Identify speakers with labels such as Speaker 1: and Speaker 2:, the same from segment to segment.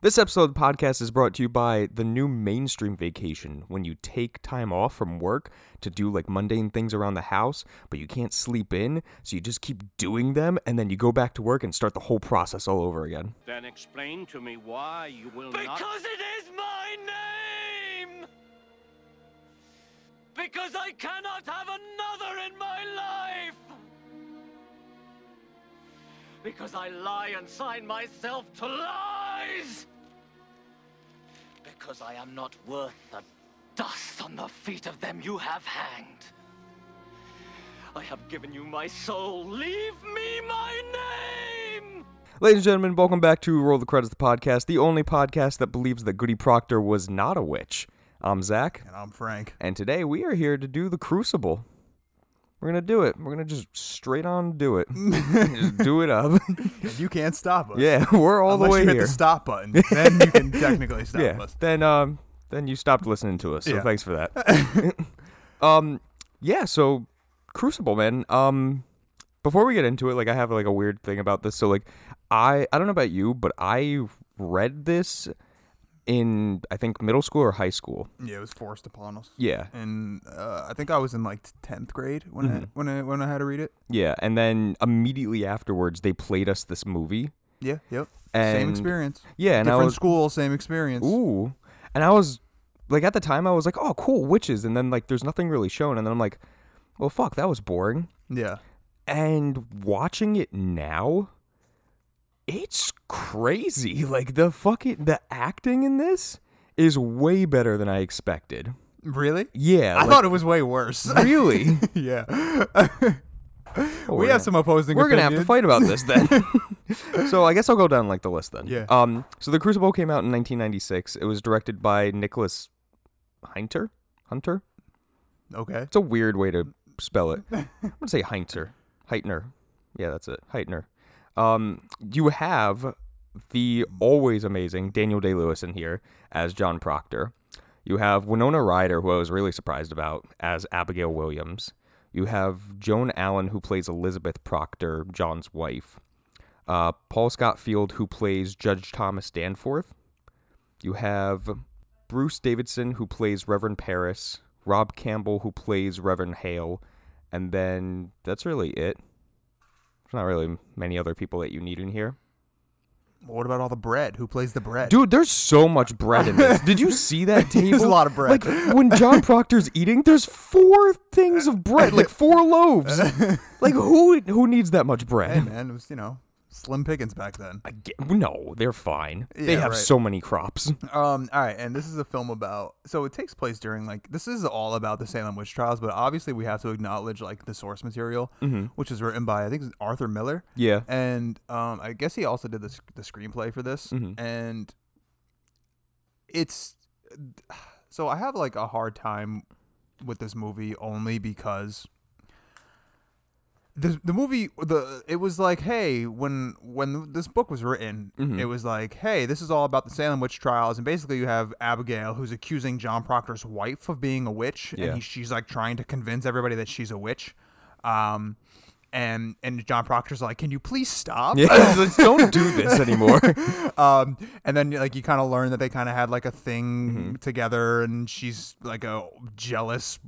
Speaker 1: This episode of the podcast is brought to you by the new mainstream vacation. When you take time off from work to do like mundane things around the house, but you can't sleep in, so you just keep doing them, and then you go back to work and start the whole process all over again.
Speaker 2: Then explain to me why you will not.
Speaker 3: Because it is my name! Because I cannot have another in my life! Because I lie and sign myself to lies! Because I am not worth the dust on the feet of them you have hanged. I have given you my soul. Leave me my name!
Speaker 1: Ladies and gentlemen, welcome back to Roll the Credits, the podcast, the only podcast that believes that Goody Proctor was not a witch. I'm Zach,
Speaker 4: And I'm Frank.
Speaker 1: and today we are here to do the Crucible. We're gonna do it. We're gonna just straight on do it. just do it up.
Speaker 4: And you can't stop us.
Speaker 1: yeah, we're all
Speaker 4: Unless
Speaker 1: the way
Speaker 4: you hit
Speaker 1: here.
Speaker 4: the stop button, then you can technically stop
Speaker 1: yeah.
Speaker 4: us.
Speaker 1: Then um then you stopped listening to us. So
Speaker 4: Yeah.
Speaker 1: thanks for that. um yeah, so Crucible man, um before we get into it, like I have like a weird thing about this. So like I I don't know about you, but I read this in I think middle school or high school.
Speaker 4: Yeah, it was forced upon us.
Speaker 1: Yeah.
Speaker 4: And uh, I think I was in like tenth grade when
Speaker 1: Mm-hmm.
Speaker 4: I when I when I had to read it.
Speaker 1: Yeah, and then immediately afterwards they played us this movie.
Speaker 4: Yeah. Yep.
Speaker 1: And-
Speaker 4: same experience.
Speaker 1: Yeah, and I
Speaker 4: Different
Speaker 1: was-
Speaker 4: school, same experience.
Speaker 1: Ooh. And I was like at the time I was like, "Oh, cool, witches." And then like there's nothing really shown and then I'm like, "Well, fuck, that was boring."
Speaker 4: Yeah.
Speaker 1: and watching it now it's crazy like the fucking the acting in this is way better than i expected
Speaker 4: Really?
Speaker 1: yeah
Speaker 4: I thought it was way worse.
Speaker 1: really
Speaker 4: yeah.
Speaker 1: Oh,
Speaker 4: we
Speaker 1: we're
Speaker 4: have some opposing.
Speaker 1: we're gonna have to
Speaker 4: opinions.
Speaker 1: fight about this then so i guess i'll go down like the list then
Speaker 4: Yeah.
Speaker 1: um so the crucible came out in 1996 it was directed by nicholas heinter hunter
Speaker 4: Okay.
Speaker 1: It's a weird way to spell it. I'm gonna say Heintzer. Heitner. Yeah, that's it. Heitner. Um, you have the always amazing Daniel Day Lewis in here as John Proctor. You have Winona Ryder, who I was really surprised about, as Abigail Williams. You have Joan Allen, who plays Elizabeth Proctor, John's wife. Uh, Paul Scott Field, who plays Judge Thomas Danforth. You have Bruce Davidson, who plays Reverend Paris, Rob Campbell, who plays Reverend Hale, and then that's really it. There's not really many other people that you need in here.
Speaker 4: What about all the bread? Who plays the bread?
Speaker 1: Dude, there's so much bread in this. Did you see that table?
Speaker 4: a lot of bread.
Speaker 1: Like when John Proctor's eating, there's four things of bread, like four loaves. Like who who needs that much bread?
Speaker 4: Hey man, it was you know slim pickings back then.
Speaker 1: I get- no, they're fine. they
Speaker 4: Yeah,
Speaker 1: have
Speaker 4: right.
Speaker 1: so many crops.
Speaker 4: Um, all right, and this is a film about. So it takes place during like this is all about the Salem witch trials, but obviously we have to acknowledge like the source material, which is written by I think it's Arthur Miller.
Speaker 1: Yeah.
Speaker 4: and um, I guess he also did the sc- the screenplay for this,
Speaker 1: Mm-hmm.
Speaker 4: and it's so I have like a hard time with this movie only because the the movie the it was like hey when when this book was written
Speaker 1: Mm-hmm.
Speaker 4: it was like hey this is all about the Salem witch trials and basically you have Abigail who's accusing John Proctor's wife of being a witch
Speaker 1: Yeah.
Speaker 4: and he, she's like trying to convince everybody that she's a witch um and and John Proctor's like can you please stop
Speaker 1: Yeah, just don't do this anymore.
Speaker 4: um, and then like you kind of learn that they kind of had like a thing together, and she's like a jealous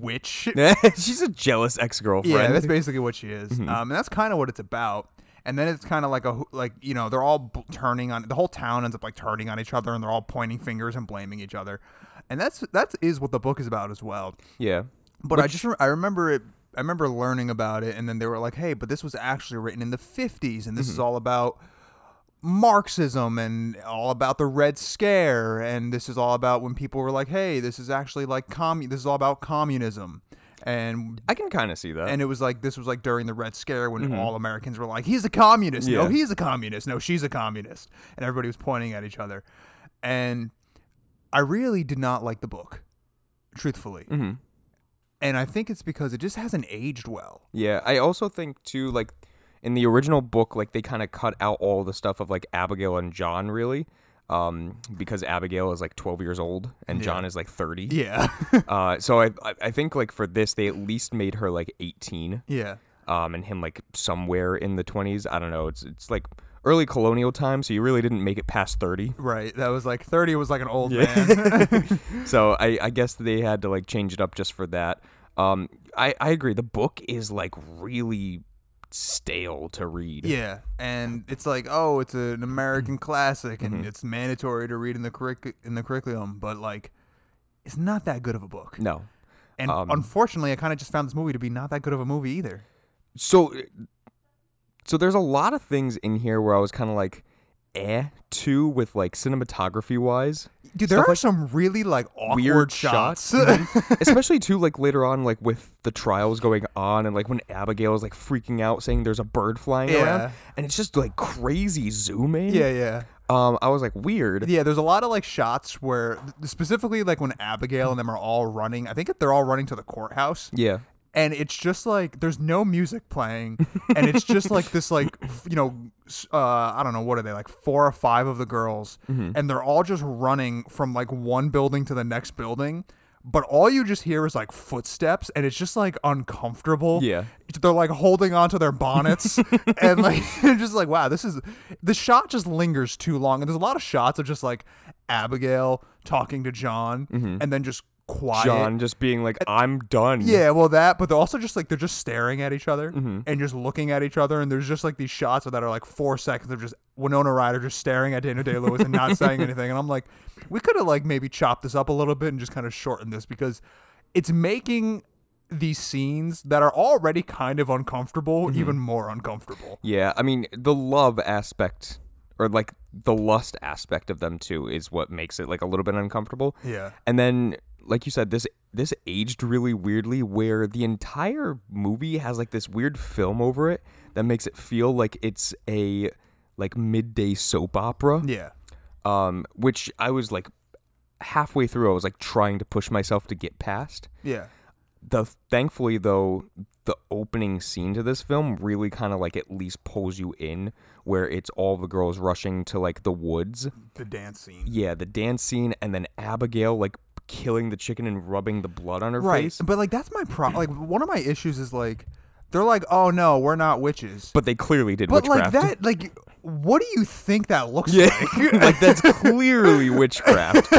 Speaker 4: witch.
Speaker 1: She's a jealous ex-girlfriend.
Speaker 4: Yeah, that's basically what she is. Um, and that's kind of what it's about. And then it's kind of like a who- like you know they're all b- turning on the whole town ends up like turning on each other, and they're all pointing fingers and blaming each other. And that's that is what the book is about as well.
Speaker 1: yeah.
Speaker 4: But I just rem- I remember it. I remember learning about it, and then they were like, "Hey, but this was actually written in the '50s, and this is all about Marxism and all about the Red Scare, and this is all about when people were like, "Hey, this is actually like commun. This is all about communism." And
Speaker 1: I can kind of see that.
Speaker 4: and it was like this was like during the Red Scare when all Americans were like, "He's a communist!
Speaker 1: Yeah.
Speaker 4: No, he's a communist! No, she's a communist!" And everybody was pointing at each other. And I really did not like the book, truthfully. And I think it's because it just hasn't aged well.
Speaker 1: Yeah, I also think too, like in the original book, like they kind of cut out all the stuff of like Abigail and John, really, um, because Abigail is like twelve years old and John is like thirty.
Speaker 4: Yeah,
Speaker 1: Uh, so I, I I think like for this, they at least made her like eighteen,
Speaker 4: yeah.
Speaker 1: um, and him like somewhere in the twenties. I don't know. It's it's like early colonial time, so you really didn't make it past 30.
Speaker 4: Right. That was like 30 was like an old man.
Speaker 1: so I, I guess they had to like change it up just for that. Um, I, I agree. The book is like really stale to read.
Speaker 4: yeah. And it's like, oh, it's an American classic and it's mandatory to read in the curric- in the curriculum, but like it's not that good of a book.
Speaker 1: No.
Speaker 4: And unfortunately, I kind of just found this movie to be not that good of a movie either.
Speaker 1: So so there's a lot of things in here where I was kind of like eh too with like cinematography wise.
Speaker 4: Dude, there
Speaker 1: Stuff
Speaker 4: are
Speaker 1: like
Speaker 4: some really like awkward
Speaker 1: weird
Speaker 4: shots.
Speaker 1: shots. Mm-hmm. Especially too like later on like with the trials going on and like when Abigail is like freaking out saying there's a bird flying
Speaker 4: Yeah.
Speaker 1: around and it's just like crazy zooming.
Speaker 4: yeah, yeah.
Speaker 1: Um I was like weird.
Speaker 4: Yeah, there's a lot of like shots where specifically like when Abigail and them are all running. I think they're all running to the courthouse.
Speaker 1: Yeah.
Speaker 4: and it's just like there's no music playing and it's just like this like f- you know s- uh i don't know what are they like four or five of the girls
Speaker 1: Mm-hmm.
Speaker 4: and they're all just running from like one building to the next building but all you just hear is like footsteps and it's just like uncomfortable
Speaker 1: Yeah.
Speaker 4: they're like holding onto their bonnets and like you're just like wow this is the shot just lingers too long and there's a lot of shots of just like abigail talking to john and then just quiet
Speaker 1: Mm-hmm. John just being like I'm done.
Speaker 4: yeah, well, that, but they're also just like they're just staring at each other and just looking at each other, and there's just like these shots that are like four seconds of just Winona Ryder just staring at Daniel Day Lewis and not saying anything, and I'm like, we could have like maybe chopped this up a little bit and just kind of shortened this because it's making these scenes that are already kind of uncomfortable even more uncomfortable.
Speaker 1: Yeah, I mean the love aspect or like the lust aspect of them too is what makes it like a little bit uncomfortable.
Speaker 4: Yeah.
Speaker 1: And then like you said this this aged really weirdly where the entire movie has like this weird film over it that makes it feel like it's a like midday soap opera.
Speaker 4: Yeah,
Speaker 1: Um which I was like halfway through I was like trying to push myself to get past
Speaker 4: yeah,
Speaker 1: the thankfully though the opening scene to this film really kind of like at least pulls you in where it's all the girls rushing to like the woods
Speaker 4: the dance scene.
Speaker 1: yeah the dance scene and then abigail like killing the chicken and rubbing the blood on her
Speaker 4: Right,
Speaker 1: face
Speaker 4: but like that's my problem. Like one of my issues is like they're like, oh no, we're not witches.
Speaker 1: but they clearly did
Speaker 4: But
Speaker 1: witchcraft
Speaker 4: like that, like, what do you think that looks like?
Speaker 1: yeah like that's clearly witchcraft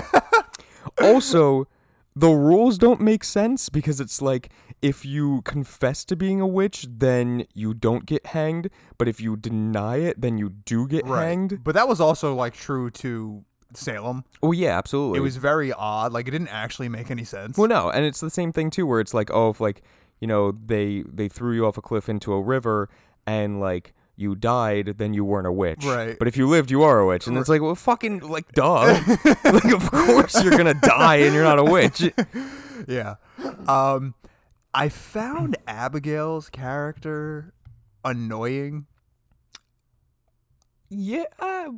Speaker 1: also the rules don't make sense because it's like if you confess to being a witch then you don't get hanged but if you deny it then you do get hanged
Speaker 4: But that was also like true to Salem.
Speaker 1: Oh yeah, absolutely.
Speaker 4: It was very odd. Like it didn't actually make any sense.
Speaker 1: well, no, and it's the same thing too, where it's like, oh, if like you know they they threw you off a cliff into a river and like you died, then you weren't a witch.
Speaker 4: Right.
Speaker 1: But if you lived, you are a witch, and it's like, well, fucking like, duh. like, of course you're gonna die and you're not a witch.
Speaker 4: yeah. Um, I found Abigail's character annoying.
Speaker 1: yeah. uh,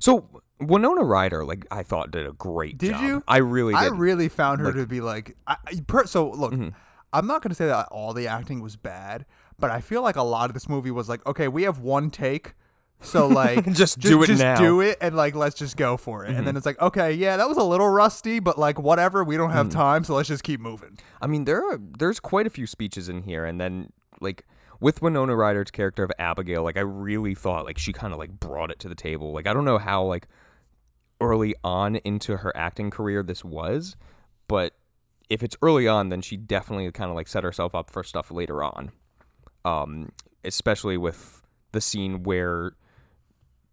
Speaker 1: so Winona Ryder, like I thought, did a great
Speaker 4: Did
Speaker 1: job.
Speaker 4: you?
Speaker 1: I really
Speaker 4: I
Speaker 1: did.
Speaker 4: really found her to be like. I, I- per, so look,
Speaker 1: Mm-hmm.
Speaker 4: I'm not gonna say that all the acting was bad, but I feel like a lot of this movie was like, okay, we have one take. So like,
Speaker 1: Just do it
Speaker 4: just
Speaker 1: now. Mm-hmm.
Speaker 4: do it, and like, let's just go for it. And then it's like, okay, yeah, that was a little rusty, but like, whatever. We don't have
Speaker 1: Mm.
Speaker 4: time, so let's just keep moving.
Speaker 1: I mean, there are there's quite a few speeches in here, and then like with Winona Ryder's character of Abigail, like I really thought like she kind of like brought it to the table. Like I don't know how like early on into her acting career this was, but if it's early on, then she definitely kind of like set herself up for stuff later on. Um, especially with the scene where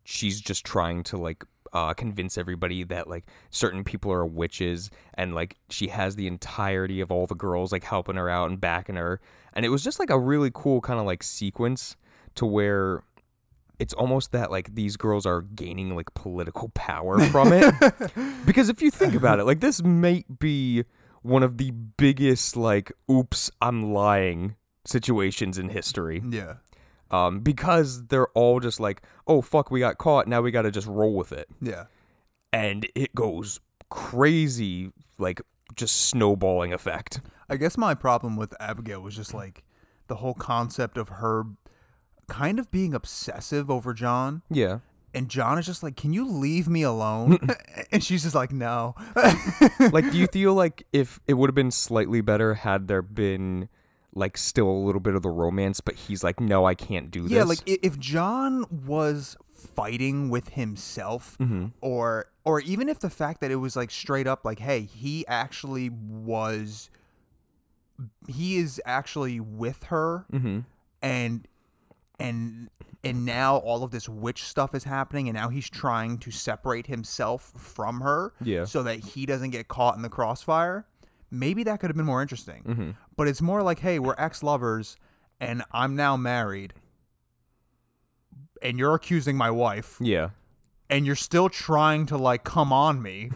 Speaker 1: she's just trying to like uh, convince everybody that like certain people are witches and like she has the entirety of all the girls like helping her out and backing her and it was just like a really cool kind of like sequence to where it's almost that like these girls are gaining like political power from it because if you think about it like this might be one of the biggest like oops i'm lying situations in history
Speaker 4: Yeah.
Speaker 1: um, because they're all just like, oh fuck, we got caught. Now we got to just roll with it,
Speaker 4: Yeah.
Speaker 1: and it goes crazy, like just snowballing effect.
Speaker 4: I guess my problem with Abigail was just like the whole concept of her kind of being obsessive over John.
Speaker 1: Yeah,
Speaker 4: And John is just like, Can you leave me alone? and she's just like, No.
Speaker 1: like do you feel like if it would have been slightly better had there been like still a little bit of the romance, but he's like, no, I can't do this.
Speaker 4: yeah, like i- if John was fighting with himself
Speaker 1: Mm-hmm.
Speaker 4: or or even if the fact that it was like straight up like hey he actually was he is actually with her
Speaker 1: Mm-hmm.
Speaker 4: and and and now all of this witch stuff is happening and now he's trying to separate himself from her
Speaker 1: Yeah.
Speaker 4: so that he doesn't get caught in the crossfire maybe that could have been more interesting
Speaker 1: Mm-hmm.
Speaker 4: but it's more like hey we're ex-lovers and i'm now married and you're accusing my wife
Speaker 1: Yeah.
Speaker 4: and you're still trying to like come on me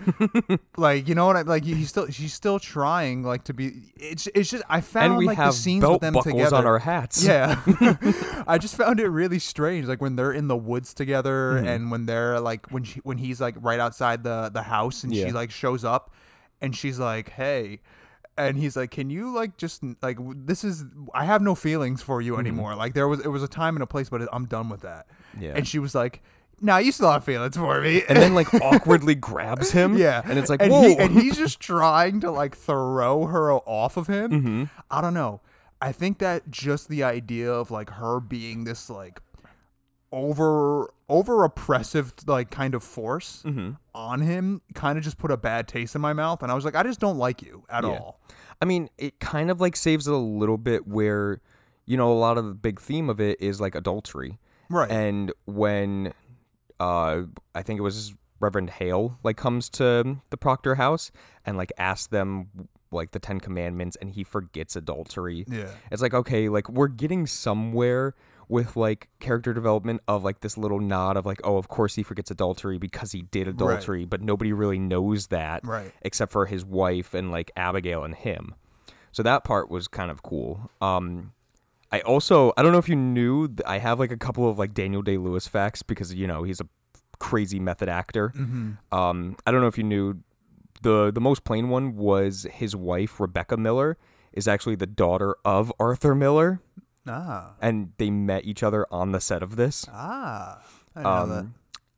Speaker 4: like you know what i like he's still she's still trying like to be it's it's just i found
Speaker 1: And we
Speaker 4: like the
Speaker 1: have
Speaker 4: scenes with
Speaker 1: belt
Speaker 4: them
Speaker 1: buckles
Speaker 4: together
Speaker 1: on our hats.
Speaker 4: yeah. I just found it really strange like when they're in the woods together
Speaker 1: Mm-hmm.
Speaker 4: and when they're like when she when he's like right outside the the house and she
Speaker 1: Yeah.
Speaker 4: like shows up and she's like, "Hey." And he's like, "Can you like just like w- this is I have no feelings for
Speaker 1: Mm-hmm.
Speaker 4: you anymore. Like there was it was a time and a place, but it, I'm done with that."
Speaker 1: Yeah.
Speaker 4: And she was like, "Nah, you still have feelings for me."
Speaker 1: And then like awkwardly grabs him.
Speaker 4: Yeah,
Speaker 1: And it's like,
Speaker 4: and
Speaker 1: whoa.
Speaker 4: he- and he's just trying to like throw her off of him.
Speaker 1: Mm-hmm.
Speaker 4: I don't know. I think that just the idea of like her being this like over over oppressive like kind of force
Speaker 1: Mm-hmm.
Speaker 4: on him kind of just put a bad taste in my mouth, and I was like, I just don't like you at
Speaker 1: Yeah.
Speaker 4: all.
Speaker 1: I mean, it kind of like saves it a little bit where, you know, a lot of the big theme of it is like adultery.
Speaker 4: Right.
Speaker 1: And when uh I think it was Reverend Hale like comes to the Proctor house and like asks them like the 10 commandments and he forgets adultery.
Speaker 4: Yeah.
Speaker 1: It's like okay, like we're getting somewhere with like character development of like this little nod of like oh of course he forgets adultery because he did adultery but nobody really knows that
Speaker 4: Right.
Speaker 1: except for his wife and like Abigail and him. So that part was kind of cool. Um I also I don't know if you knew th- I have like a couple of like Daniel Day Lewis facts because you know he's a crazy method actor. Um I don't know if you knew the the most plain one was his wife Rebecca Miller is actually the daughter of Arthur Miller
Speaker 4: Ah,
Speaker 1: and they met each other on the set of this.
Speaker 4: ah, I didn't know
Speaker 1: Um,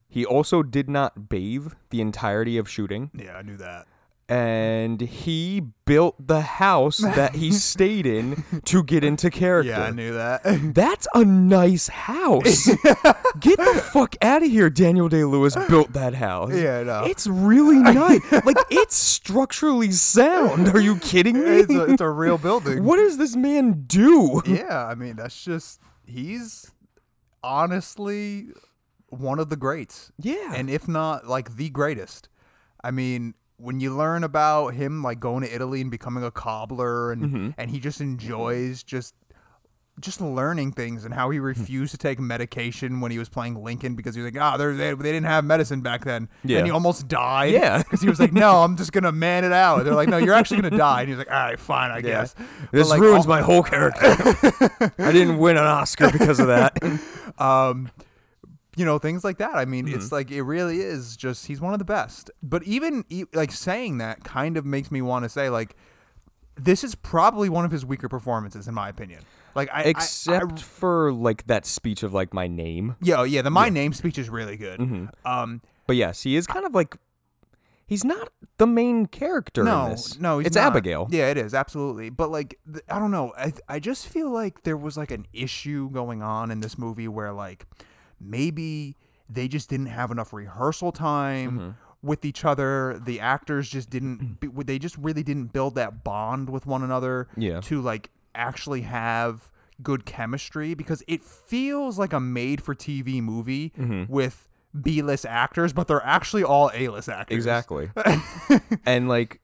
Speaker 1: he also did not bathe the entirety of shooting
Speaker 4: that. Yeah, I knew that.
Speaker 1: and he built the house that he stayed in to get into character.
Speaker 4: Yeah, I knew that.
Speaker 1: That's a nice house. Get the fuck out of here. Daniel Day Lewis built that house.
Speaker 4: Yeah, I know.
Speaker 1: It's really nice. like, it's structurally sound. Are you kidding me?
Speaker 4: it's, a, it's a real building.
Speaker 1: what does this man do?
Speaker 4: yeah, I mean, that's just he's honestly one of the greats.
Speaker 1: Yeah.
Speaker 4: And if not like the greatest. I mean, when you learn about him like going to Italy and becoming a cobbler and
Speaker 1: Mm-hmm.
Speaker 4: and he just enjoys just just learning things and how he
Speaker 1: Hmm.
Speaker 4: refused to take medication when he was playing Lincoln because he was like, ah, they're- they, they didn't have medicine back then.
Speaker 1: Yeah.
Speaker 4: And he almost died.
Speaker 1: Yeah.
Speaker 4: Because he was like, no, I'm just going to man it out. they're like, no, you're actually going to die. And he was like, all right, fine, I
Speaker 1: Yeah.
Speaker 4: guess. But,
Speaker 1: This
Speaker 4: uh, like,
Speaker 1: ruins
Speaker 4: all-
Speaker 1: my whole character. I didn't win an Oscar because of that.
Speaker 4: you know things like that i mean it's like it really is just he's one of the best but even e- like saying that kind of makes me want to say like this is probably one of his weaker performances in my opinion like i I- I-
Speaker 1: Except for like that speech of like my name.
Speaker 4: yeah, yeah. The my name speech is really good. Um,
Speaker 1: But yes, he is kind of like he's not the main character in
Speaker 4: no,
Speaker 1: this.
Speaker 4: no, he's
Speaker 1: it's
Speaker 4: not.
Speaker 1: Abigail.
Speaker 4: Yeah, it is absolutely. But like, th- I don't know. I I just feel like there was like an issue going on in this movie where like maybe they just didn't have enough rehearsal time.
Speaker 1: Mm-hmm.
Speaker 4: With each other, the actors just
Speaker 1: Mm.
Speaker 4: didn't. b- They just really didn't build that bond with one another
Speaker 1: Yeah.
Speaker 4: to like actually have good chemistry because it feels like a made-for-TV movie
Speaker 1: Mm-hmm.
Speaker 4: with B-list actors, but they're actually all A-list actors.
Speaker 1: Exactly. and like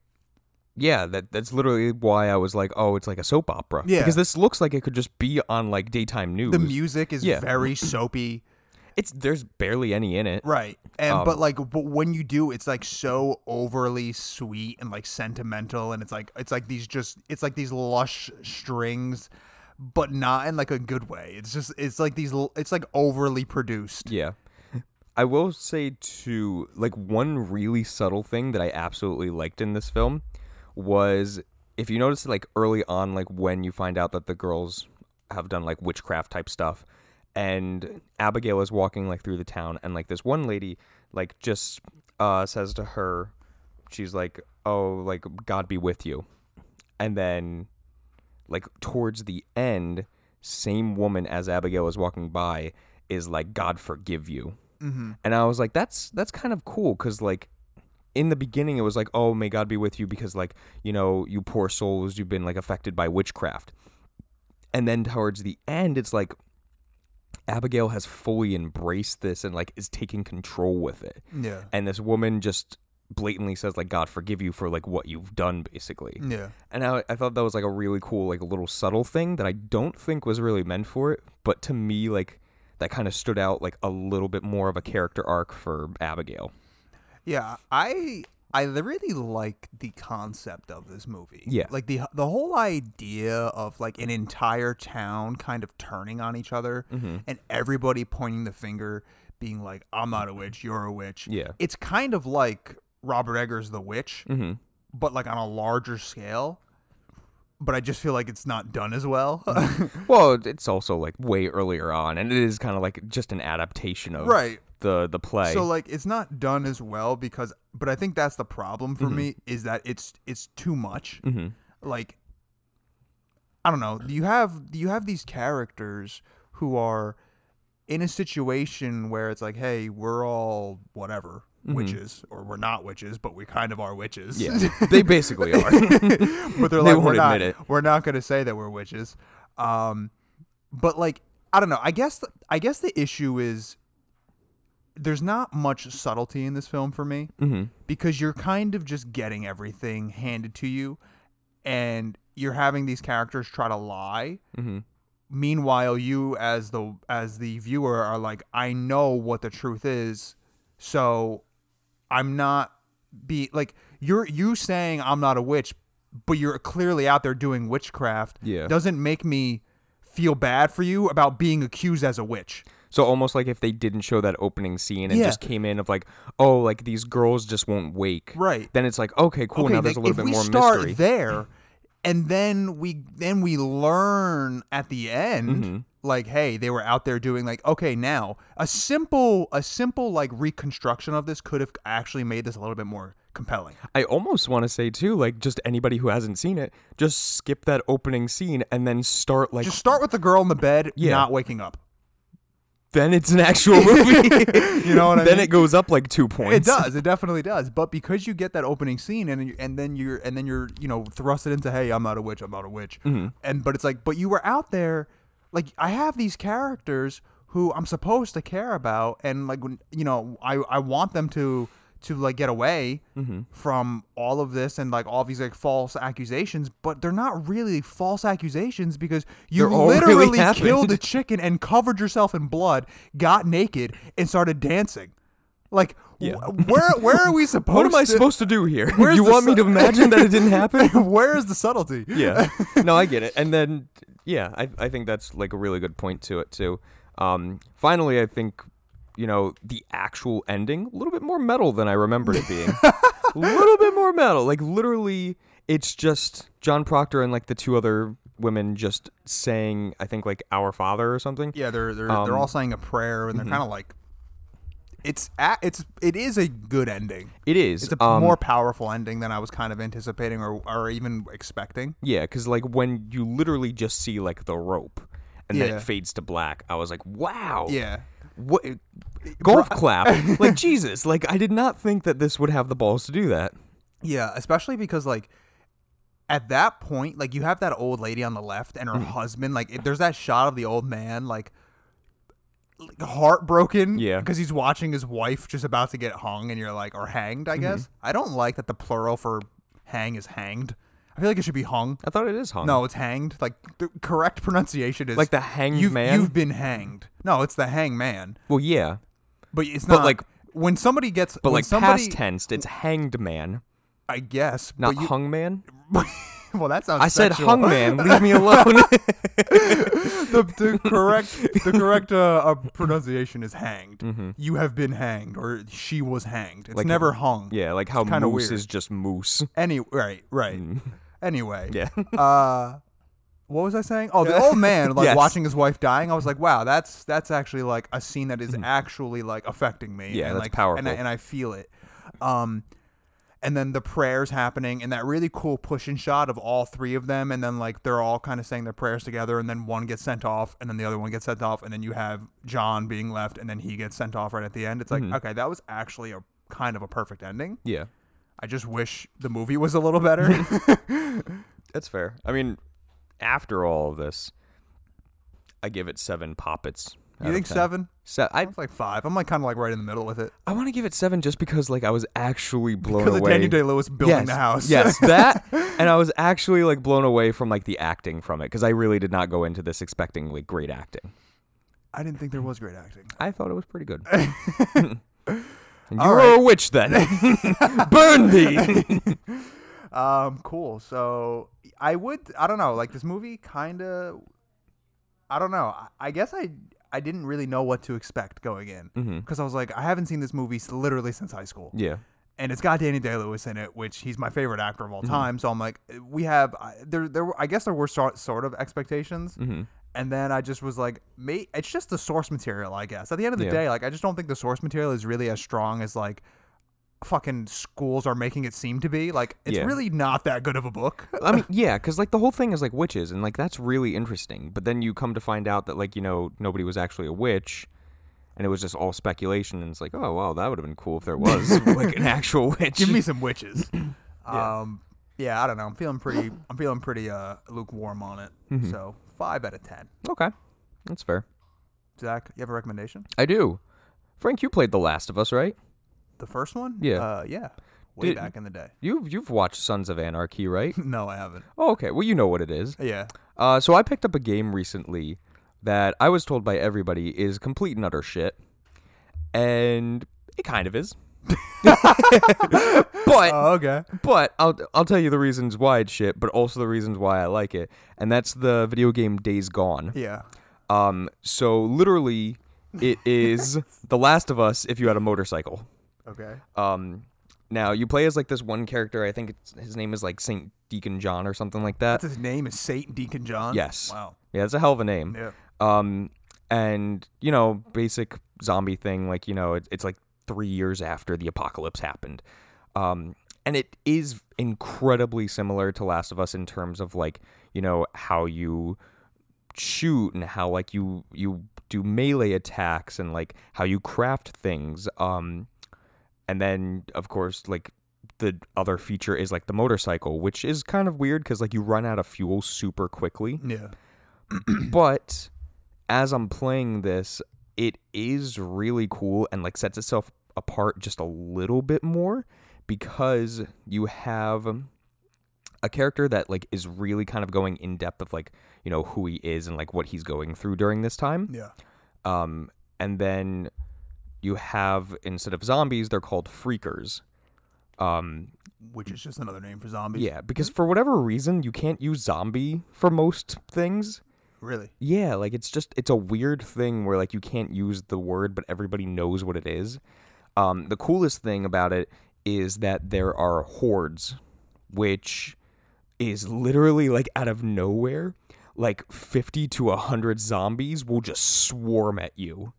Speaker 1: yeah, that that's literally why I was like, oh, it's like a soap opera.
Speaker 4: Yeah.
Speaker 1: Because this looks like it could just be on like daytime news.
Speaker 4: The music is
Speaker 1: Yeah.
Speaker 4: very soapy.
Speaker 1: it's there's barely any in it.
Speaker 4: Right. And
Speaker 1: Um,
Speaker 4: but like but when you do it's like so overly sweet and like sentimental and it's like it's like these just it's like these lush strings but not in like a good way. It's just it's like these l- it's like overly produced.
Speaker 1: Yeah. I will say too, like one really subtle thing that I absolutely liked in this film was if you notice like early on, like when you find out that the girls have done like witchcraft type stuff, and Abigail is walking like through the town, and like this one lady like just uh, says to her, she's like, "Oh, like God be with you," and then like towards the end, same woman as Abigail is walking by is like, God forgive you. and I was like, that's that's kind of cool because like in the beginning it was like, oh may God be with you because like you know you poor souls you've been like affected by witchcraft, and then towards the end it's like Abigail has fully embraced this and like is taking control with it,
Speaker 4: Yeah.
Speaker 1: and this woman just blatantly says like God forgive you for like what you've done basically,
Speaker 4: Yeah.
Speaker 1: and I, I thought that was like a really cool, like a little subtle thing that I don't think was really meant for it, but to me, like that kind of stood out like a little bit more of a character arc for Abigail.
Speaker 4: Yeah, I I really like the concept of this movie.
Speaker 1: Yeah.
Speaker 4: like the the whole idea of like an entire town kind of turning on each other
Speaker 1: Mm-hmm.
Speaker 4: and everybody pointing the finger, being like, "I'm not a witch, you're a witch."
Speaker 1: Yeah.
Speaker 4: it's kind of like Robert Eggers' The Witch,
Speaker 1: Mm-hmm.
Speaker 4: but like on a larger scale. But I just feel like it's not done as well.
Speaker 1: Mm-hmm. Well, it- it's also like way earlier on, and it is kind of like just an adaptation of
Speaker 4: Right.
Speaker 1: the the play.
Speaker 4: So like it's not done as well because but I think that's the problem for me is that it's it's too much. Like I don't know. You have you have these characters who are in a situation where it's like, hey, we're all whatever witches, or we're not witches, but we kind of are witches.
Speaker 1: yeah, they basically are.
Speaker 4: but they're
Speaker 1: They
Speaker 4: like,
Speaker 1: won't
Speaker 4: we're not,
Speaker 1: admit
Speaker 4: we're not going to say that we're witches. Um, but like, I don't know. I guess, th- I guess the issue is there's not much subtlety in this film for me
Speaker 1: Mm-hmm.
Speaker 4: because you're kind of just getting everything handed to you, and you're having these characters try to lie. Meanwhile, you as the as the viewer are like, I know what the truth is, so I'm not be like you're you saying I'm not a witch, but you're clearly out there doing witchcraft.
Speaker 1: Yeah.
Speaker 4: doesn't make me feel bad for you about being accused as a witch.
Speaker 1: so almost like if they didn't show that opening scene and
Speaker 4: Yeah.
Speaker 1: just came in of like, oh, like these girls just won't wake.
Speaker 4: Right.
Speaker 1: Then it's like, okay, cool. now there's
Speaker 4: like,
Speaker 1: a little
Speaker 4: if
Speaker 1: bit
Speaker 4: we
Speaker 1: more
Speaker 4: start
Speaker 1: mystery.
Speaker 4: there, and then we then we learn at the end,
Speaker 1: Mm-hmm.
Speaker 4: like, hey, they were out there doing like, okay, now a simple a simple like reconstruction of this could have actually made this a little bit more compelling.
Speaker 1: I almost want to say too, like just anybody who hasn't seen it, just skip that opening scene and then start like
Speaker 4: Just start with the girl in the bed
Speaker 1: Yeah.
Speaker 4: not waking up.
Speaker 1: then it's an actual movie.
Speaker 4: You know what I mean?
Speaker 1: then it goes up like two points.
Speaker 4: It does. It definitely does. But because you get that opening scene, and you- and then you're and then you're you know thrusted into, hey, I'm not a witch. I'm not a witch.
Speaker 1: Mm-hmm.
Speaker 4: And but it's like, but you were out there, like I have these characters who I'm supposed to care about, and like when- you know, I I want them to to like get away
Speaker 1: Mm-hmm.
Speaker 4: from all of this and like all these like false accusations but they're not really false accusations because you
Speaker 1: They're all really
Speaker 4: literally
Speaker 1: happened.
Speaker 4: killed a chicken and covered yourself in blood got naked and started dancing like,
Speaker 1: Yeah.
Speaker 4: wh- where where are we supposed?
Speaker 1: What am I
Speaker 4: to,
Speaker 1: supposed to do here?
Speaker 4: Where's
Speaker 1: you
Speaker 4: the
Speaker 1: want me
Speaker 4: su-
Speaker 1: to imagine that it didn't happen?
Speaker 4: Where is the subtlety?
Speaker 1: yeah. No, I get it. And then yeah, I I think that's like a really good point to it too. Um finally I think you know, the actual ending, a little bit more metal than I remembered it being. A little bit more metal. Like literally it's just John Proctor and like the two other women just saying I think like our father or something.
Speaker 4: yeah. They're they're
Speaker 1: Um,
Speaker 4: they're all saying a prayer and they're
Speaker 1: mm-hmm.
Speaker 4: kind of like, it's a, it's it is a good ending.
Speaker 1: It is.
Speaker 4: It's a
Speaker 1: um,
Speaker 4: more powerful ending than I was kind of anticipating or or even expecting.
Speaker 1: Yeah, because like when you literally just see like the rope, and then
Speaker 4: Yeah.
Speaker 1: it fades to black. I was like, wow.
Speaker 4: Yeah.
Speaker 1: What? Golf clap. like Jesus. Like I did not think that this would have the balls to do that.
Speaker 4: Yeah, especially because like at that point, like you have that old lady on the left and her
Speaker 1: Mm-hmm.
Speaker 4: husband. Like it- there's that shot of the old man like like, heartbroken
Speaker 1: Yeah.
Speaker 4: because he's watching his wife just about to get hung and you're like or hanged
Speaker 1: Mm-hmm.
Speaker 4: i guess i don't like that the plural for hang is hanged i feel like it should be hung
Speaker 1: I thought it is hung.
Speaker 4: no it's hanged like the correct pronunciation is
Speaker 1: Like the hanged
Speaker 4: you've,
Speaker 1: man?
Speaker 4: you've been hanged no it's the hang man
Speaker 1: Well, yeah,
Speaker 4: but it's
Speaker 1: But,
Speaker 4: not
Speaker 1: like-
Speaker 4: when somebody gets
Speaker 1: but
Speaker 4: when
Speaker 1: like
Speaker 4: somebody
Speaker 1: past tensed, it's hanged man,
Speaker 4: i guess
Speaker 1: not
Speaker 4: but you,
Speaker 1: hung man.
Speaker 4: well that sounds
Speaker 1: I said
Speaker 4: sexual.
Speaker 1: hung man. Leave me alone.
Speaker 4: the, the correct the correct uh, uh, pronunciation is hanged. You have been hanged, or she was hanged. It's
Speaker 1: Like-
Speaker 4: never hung.
Speaker 1: yeah, like how
Speaker 4: kinda
Speaker 1: moose
Speaker 4: weird.
Speaker 1: is just moose.
Speaker 4: Any right, right. Anyway.
Speaker 1: Mm. Yeah.
Speaker 4: Uh, what was I saying? Oh, the old man like
Speaker 1: Yes.
Speaker 4: watching his wife dying. I was like, wow, that's that's actually like a scene that is actually like affecting me.
Speaker 1: Mm-hmm. Yeah,
Speaker 4: and,
Speaker 1: that's
Speaker 4: like,
Speaker 1: powerful.
Speaker 4: And I, and I feel it. Um, and then the prayers happening and that really cool pushing shot of all three of them and then like they're all kind of saying their prayers together and then one gets sent off and then the other one gets sent off and then you have John being left and then he gets sent off right at the end. It's
Speaker 1: Mm-hmm.
Speaker 4: like, okay, that was actually a kind of a perfect ending.
Speaker 1: Yeah.
Speaker 4: I just wish the movie was a little better.
Speaker 1: That's fair. I mean, after all of this, I give it seven poppets.
Speaker 4: you think seven?
Speaker 1: Se- I
Speaker 4: It's like five. I'm like kind of like right in the middle with it.
Speaker 1: I want to give it seven just because like I was actually blown
Speaker 4: Because of
Speaker 1: away.
Speaker 4: Daniel Day Lewis building
Speaker 1: yes,
Speaker 4: the house.
Speaker 1: yes, that, and I was actually like blown away from like the acting from it because I really did not go into this expecting like great acting.
Speaker 4: I didn't think there was great acting.
Speaker 1: I thought it was pretty good. and you
Speaker 4: All
Speaker 1: were
Speaker 4: right.
Speaker 1: a witch then. Burn thee.
Speaker 4: Um, cool. So I would, I don't know, like this movie kind of, I don't know. I, I guess I, I didn't really know what to expect going in
Speaker 1: Mm-hmm.
Speaker 4: because I was like, I haven't seen this movie s- literally since high school.
Speaker 1: yeah.
Speaker 4: And it's got Danny Day Lewis in it, which he's my favorite actor of all
Speaker 1: Mm-hmm.
Speaker 4: time. So I'm like, eh, we have I- there, there. were- I guess there were sort sort of expectations,
Speaker 1: Mm-hmm.
Speaker 4: and then I just was like, mate, it's just the source material, I guess. At the end of the
Speaker 1: Yeah.
Speaker 4: day, like I just don't think the source material is really as strong as like fucking schools are making it seem to be. Like it's
Speaker 1: Yeah.
Speaker 4: really not that good of a book.
Speaker 1: I mean, yeah, because like the whole thing is like witches, and like that's really interesting. But then you come to find out that like you know nobody was actually a witch, and it was just all speculation. And it's like, oh wow, that would have been cool if there was like an actual witch.
Speaker 4: Give me some witches. Um, yeah, I don't know. I'm feeling pretty. I'm feeling pretty uh lukewarm on it.
Speaker 1: Mm-hmm.
Speaker 4: So five out of ten.
Speaker 1: okay, that's fair.
Speaker 4: Zach, you have a recommendation?
Speaker 1: I do. Frank, you played The Last of Us, right?
Speaker 4: The first one?
Speaker 1: Yeah.
Speaker 4: Uh, yeah. Way
Speaker 1: Did-
Speaker 4: back in the day.
Speaker 1: You've you've watched Sons of Anarchy, right?
Speaker 4: No, I haven't.
Speaker 1: oh, okay. Well, you know what it is.
Speaker 4: Yeah.
Speaker 1: Uh, so I picked up a game recently that I was told by everybody is complete and utter shit, and it kind of is. but
Speaker 4: Oh, okay.
Speaker 1: but I'll I'll tell you the reasons why it's shit, but also the reasons why I like it, and that's the video game Days Gone.
Speaker 4: Yeah.
Speaker 1: Um, so literally, it is The Last of Us if you had a motorcycle.
Speaker 4: Okay.
Speaker 1: Um, now you play as like this one character. I think it's, his name is like Saint Deacon John or something like that.
Speaker 4: That's his name is Satan Deacon John.
Speaker 1: Yes.
Speaker 4: Wow.
Speaker 1: Yeah, it's a hell of a name.
Speaker 4: Yeah.
Speaker 1: Um, and you know, basic zombie thing. Like you know, it, it's like three years after the apocalypse happened. Um, and it is incredibly similar to Last of Us in terms of like you know how you shoot and how like you you do melee attacks and like how you craft things. Um, and then of course like the other feature is like the motorcycle, which is kind of weird because like you run out of fuel super quickly
Speaker 4: Yeah.
Speaker 1: but as I'm playing this, it is really cool and like sets itself apart just a little bit more because you have um, a character that like is really kind of going in depth of like you know who he is and like what he's going through during this time.
Speaker 4: Yeah.
Speaker 1: Um, and then you have instead of zombies, they're called freakers. Um,
Speaker 4: Which is just another name for zombies.
Speaker 1: yeah, because for whatever reason, you can't use zombie for most things.
Speaker 4: Really.
Speaker 1: Yeah, like it's just it's a weird thing where like you can't use the word, but everybody knows what it is. Um, the coolest thing about it is that there are hordes, which is literally like out of nowhere, like fifty to hundred zombies will just swarm at you,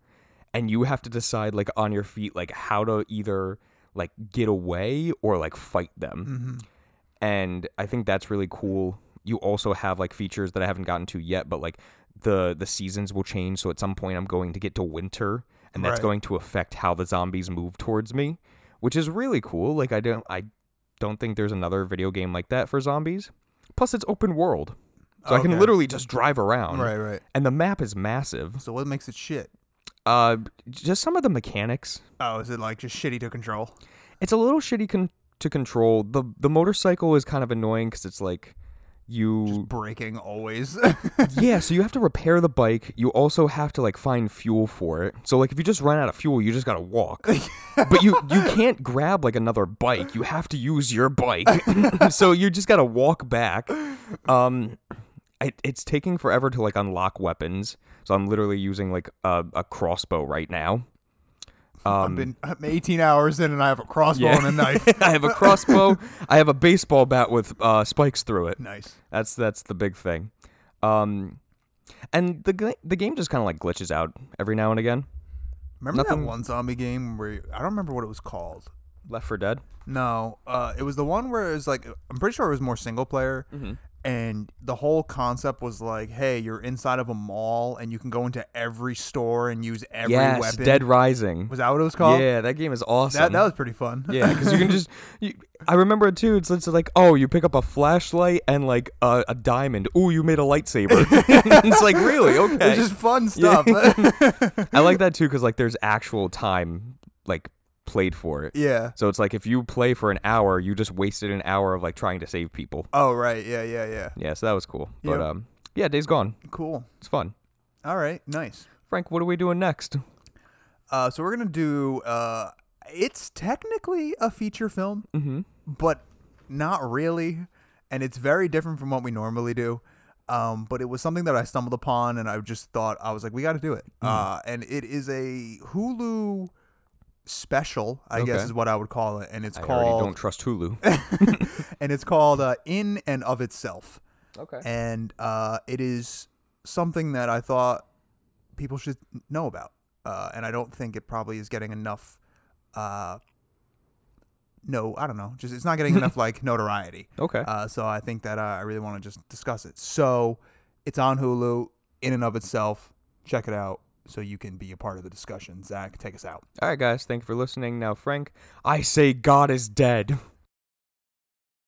Speaker 1: and you have to decide like on your feet like how to either like get away or like fight them and I think that's really cool. You also have like features that I haven't gotten to yet, but like the the seasons will change. So at some point, I'm going to get to winter, and that's
Speaker 4: Right.
Speaker 1: going to affect how the zombies move towards me, which is really cool. Like I don't I don't think there's another video game like that for zombies. Plus, it's open world, so I
Speaker 4: Okay.
Speaker 1: can literally just drive around.
Speaker 4: Right, right.
Speaker 1: And the map is massive.
Speaker 4: So what makes it shit?
Speaker 1: Uh, just some of the mechanics
Speaker 4: Oh, is it like just shitty to control?
Speaker 1: it's a little shitty con- to control. the The motorcycle is kind of annoying because it's like
Speaker 4: Just
Speaker 1: you,
Speaker 4: breaking always.
Speaker 1: yeah. So you have to repair the bike. You also have to like find fuel for it. So like if you just run out of fuel, you just gotta walk. but you you can't grab like another bike. You have to use your bike. so you just gotta walk back. Um. It, it's taking forever to like unlock weapons, so I'm literally using like a, a crossbow right now.
Speaker 4: I've been
Speaker 1: Um,
Speaker 4: I'm 18 hours in and I have a crossbow and a knife.
Speaker 1: I have a crossbow. I have a baseball bat with uh, spikes through it.
Speaker 4: nice.
Speaker 1: That's that's the big thing. Um, and the g- the game just kind of like glitches out every now and again.
Speaker 4: Remember
Speaker 1: Nothing-
Speaker 4: that one zombie game where I don't remember what it was called,
Speaker 1: Left for Dead.
Speaker 4: No, uh, it was the one where it was like I'm pretty sure it was more single player,
Speaker 1: Mm-hmm.
Speaker 4: and the whole concept was like, hey, you're inside of a mall and you can go into every store and use every
Speaker 1: yes,
Speaker 4: weapon.
Speaker 1: Dead Rising.
Speaker 4: was that what it was called?
Speaker 1: Yeah, that game is awesome.
Speaker 4: that, that was pretty fun.
Speaker 1: Yeah, because you can just. You, I remember it too. It's, it's like, oh, you pick up a flashlight and like a, a diamond. Ooh, you made a lightsaber. it's like really okay.
Speaker 4: it's just fun
Speaker 1: Yeah.
Speaker 4: stuff. Yeah,
Speaker 1: I like that too because like there's actual time like played for it. So it's like if you play for an hour, you just wasted an hour of like trying to save people.
Speaker 4: Oh right. Yeah. Yeah. Yeah.
Speaker 1: Yeah, so that was cool. But
Speaker 4: Yep.
Speaker 1: um, yeah, day's gone.
Speaker 4: Cool.
Speaker 1: It's fun.
Speaker 4: All right. Nice.
Speaker 1: Frank, what are we doing next?
Speaker 4: Uh, so we're gonna do. Uh, it's technically a feature film,
Speaker 1: Mm-hmm.
Speaker 4: but not really, and it's very different from what we normally do. Um, but it was something that I stumbled upon, and I just thought I was like, we got to do it.
Speaker 1: Mm.
Speaker 4: Uh, and it is a Hulu special, I guess
Speaker 1: Okay.
Speaker 4: is what I would call it, and it's
Speaker 1: I already don't
Speaker 4: called
Speaker 1: trust Hulu.
Speaker 4: and it's called uh, In and of Itself
Speaker 1: okay.
Speaker 4: and uh, it is something that I thought people should know about, uh, and I don't think it probably is getting enough. Uh, no, I don't know. Just it's not getting enough like notoriety.
Speaker 1: Okay.
Speaker 4: Uh, so I think that uh, I really want to just discuss it. So it's on Hulu in and of itself. Check it out so you can be a part of the discussion. Zach, take us out.
Speaker 1: All right, guys. Thank you for listening. Now, Frank, I say God is dead.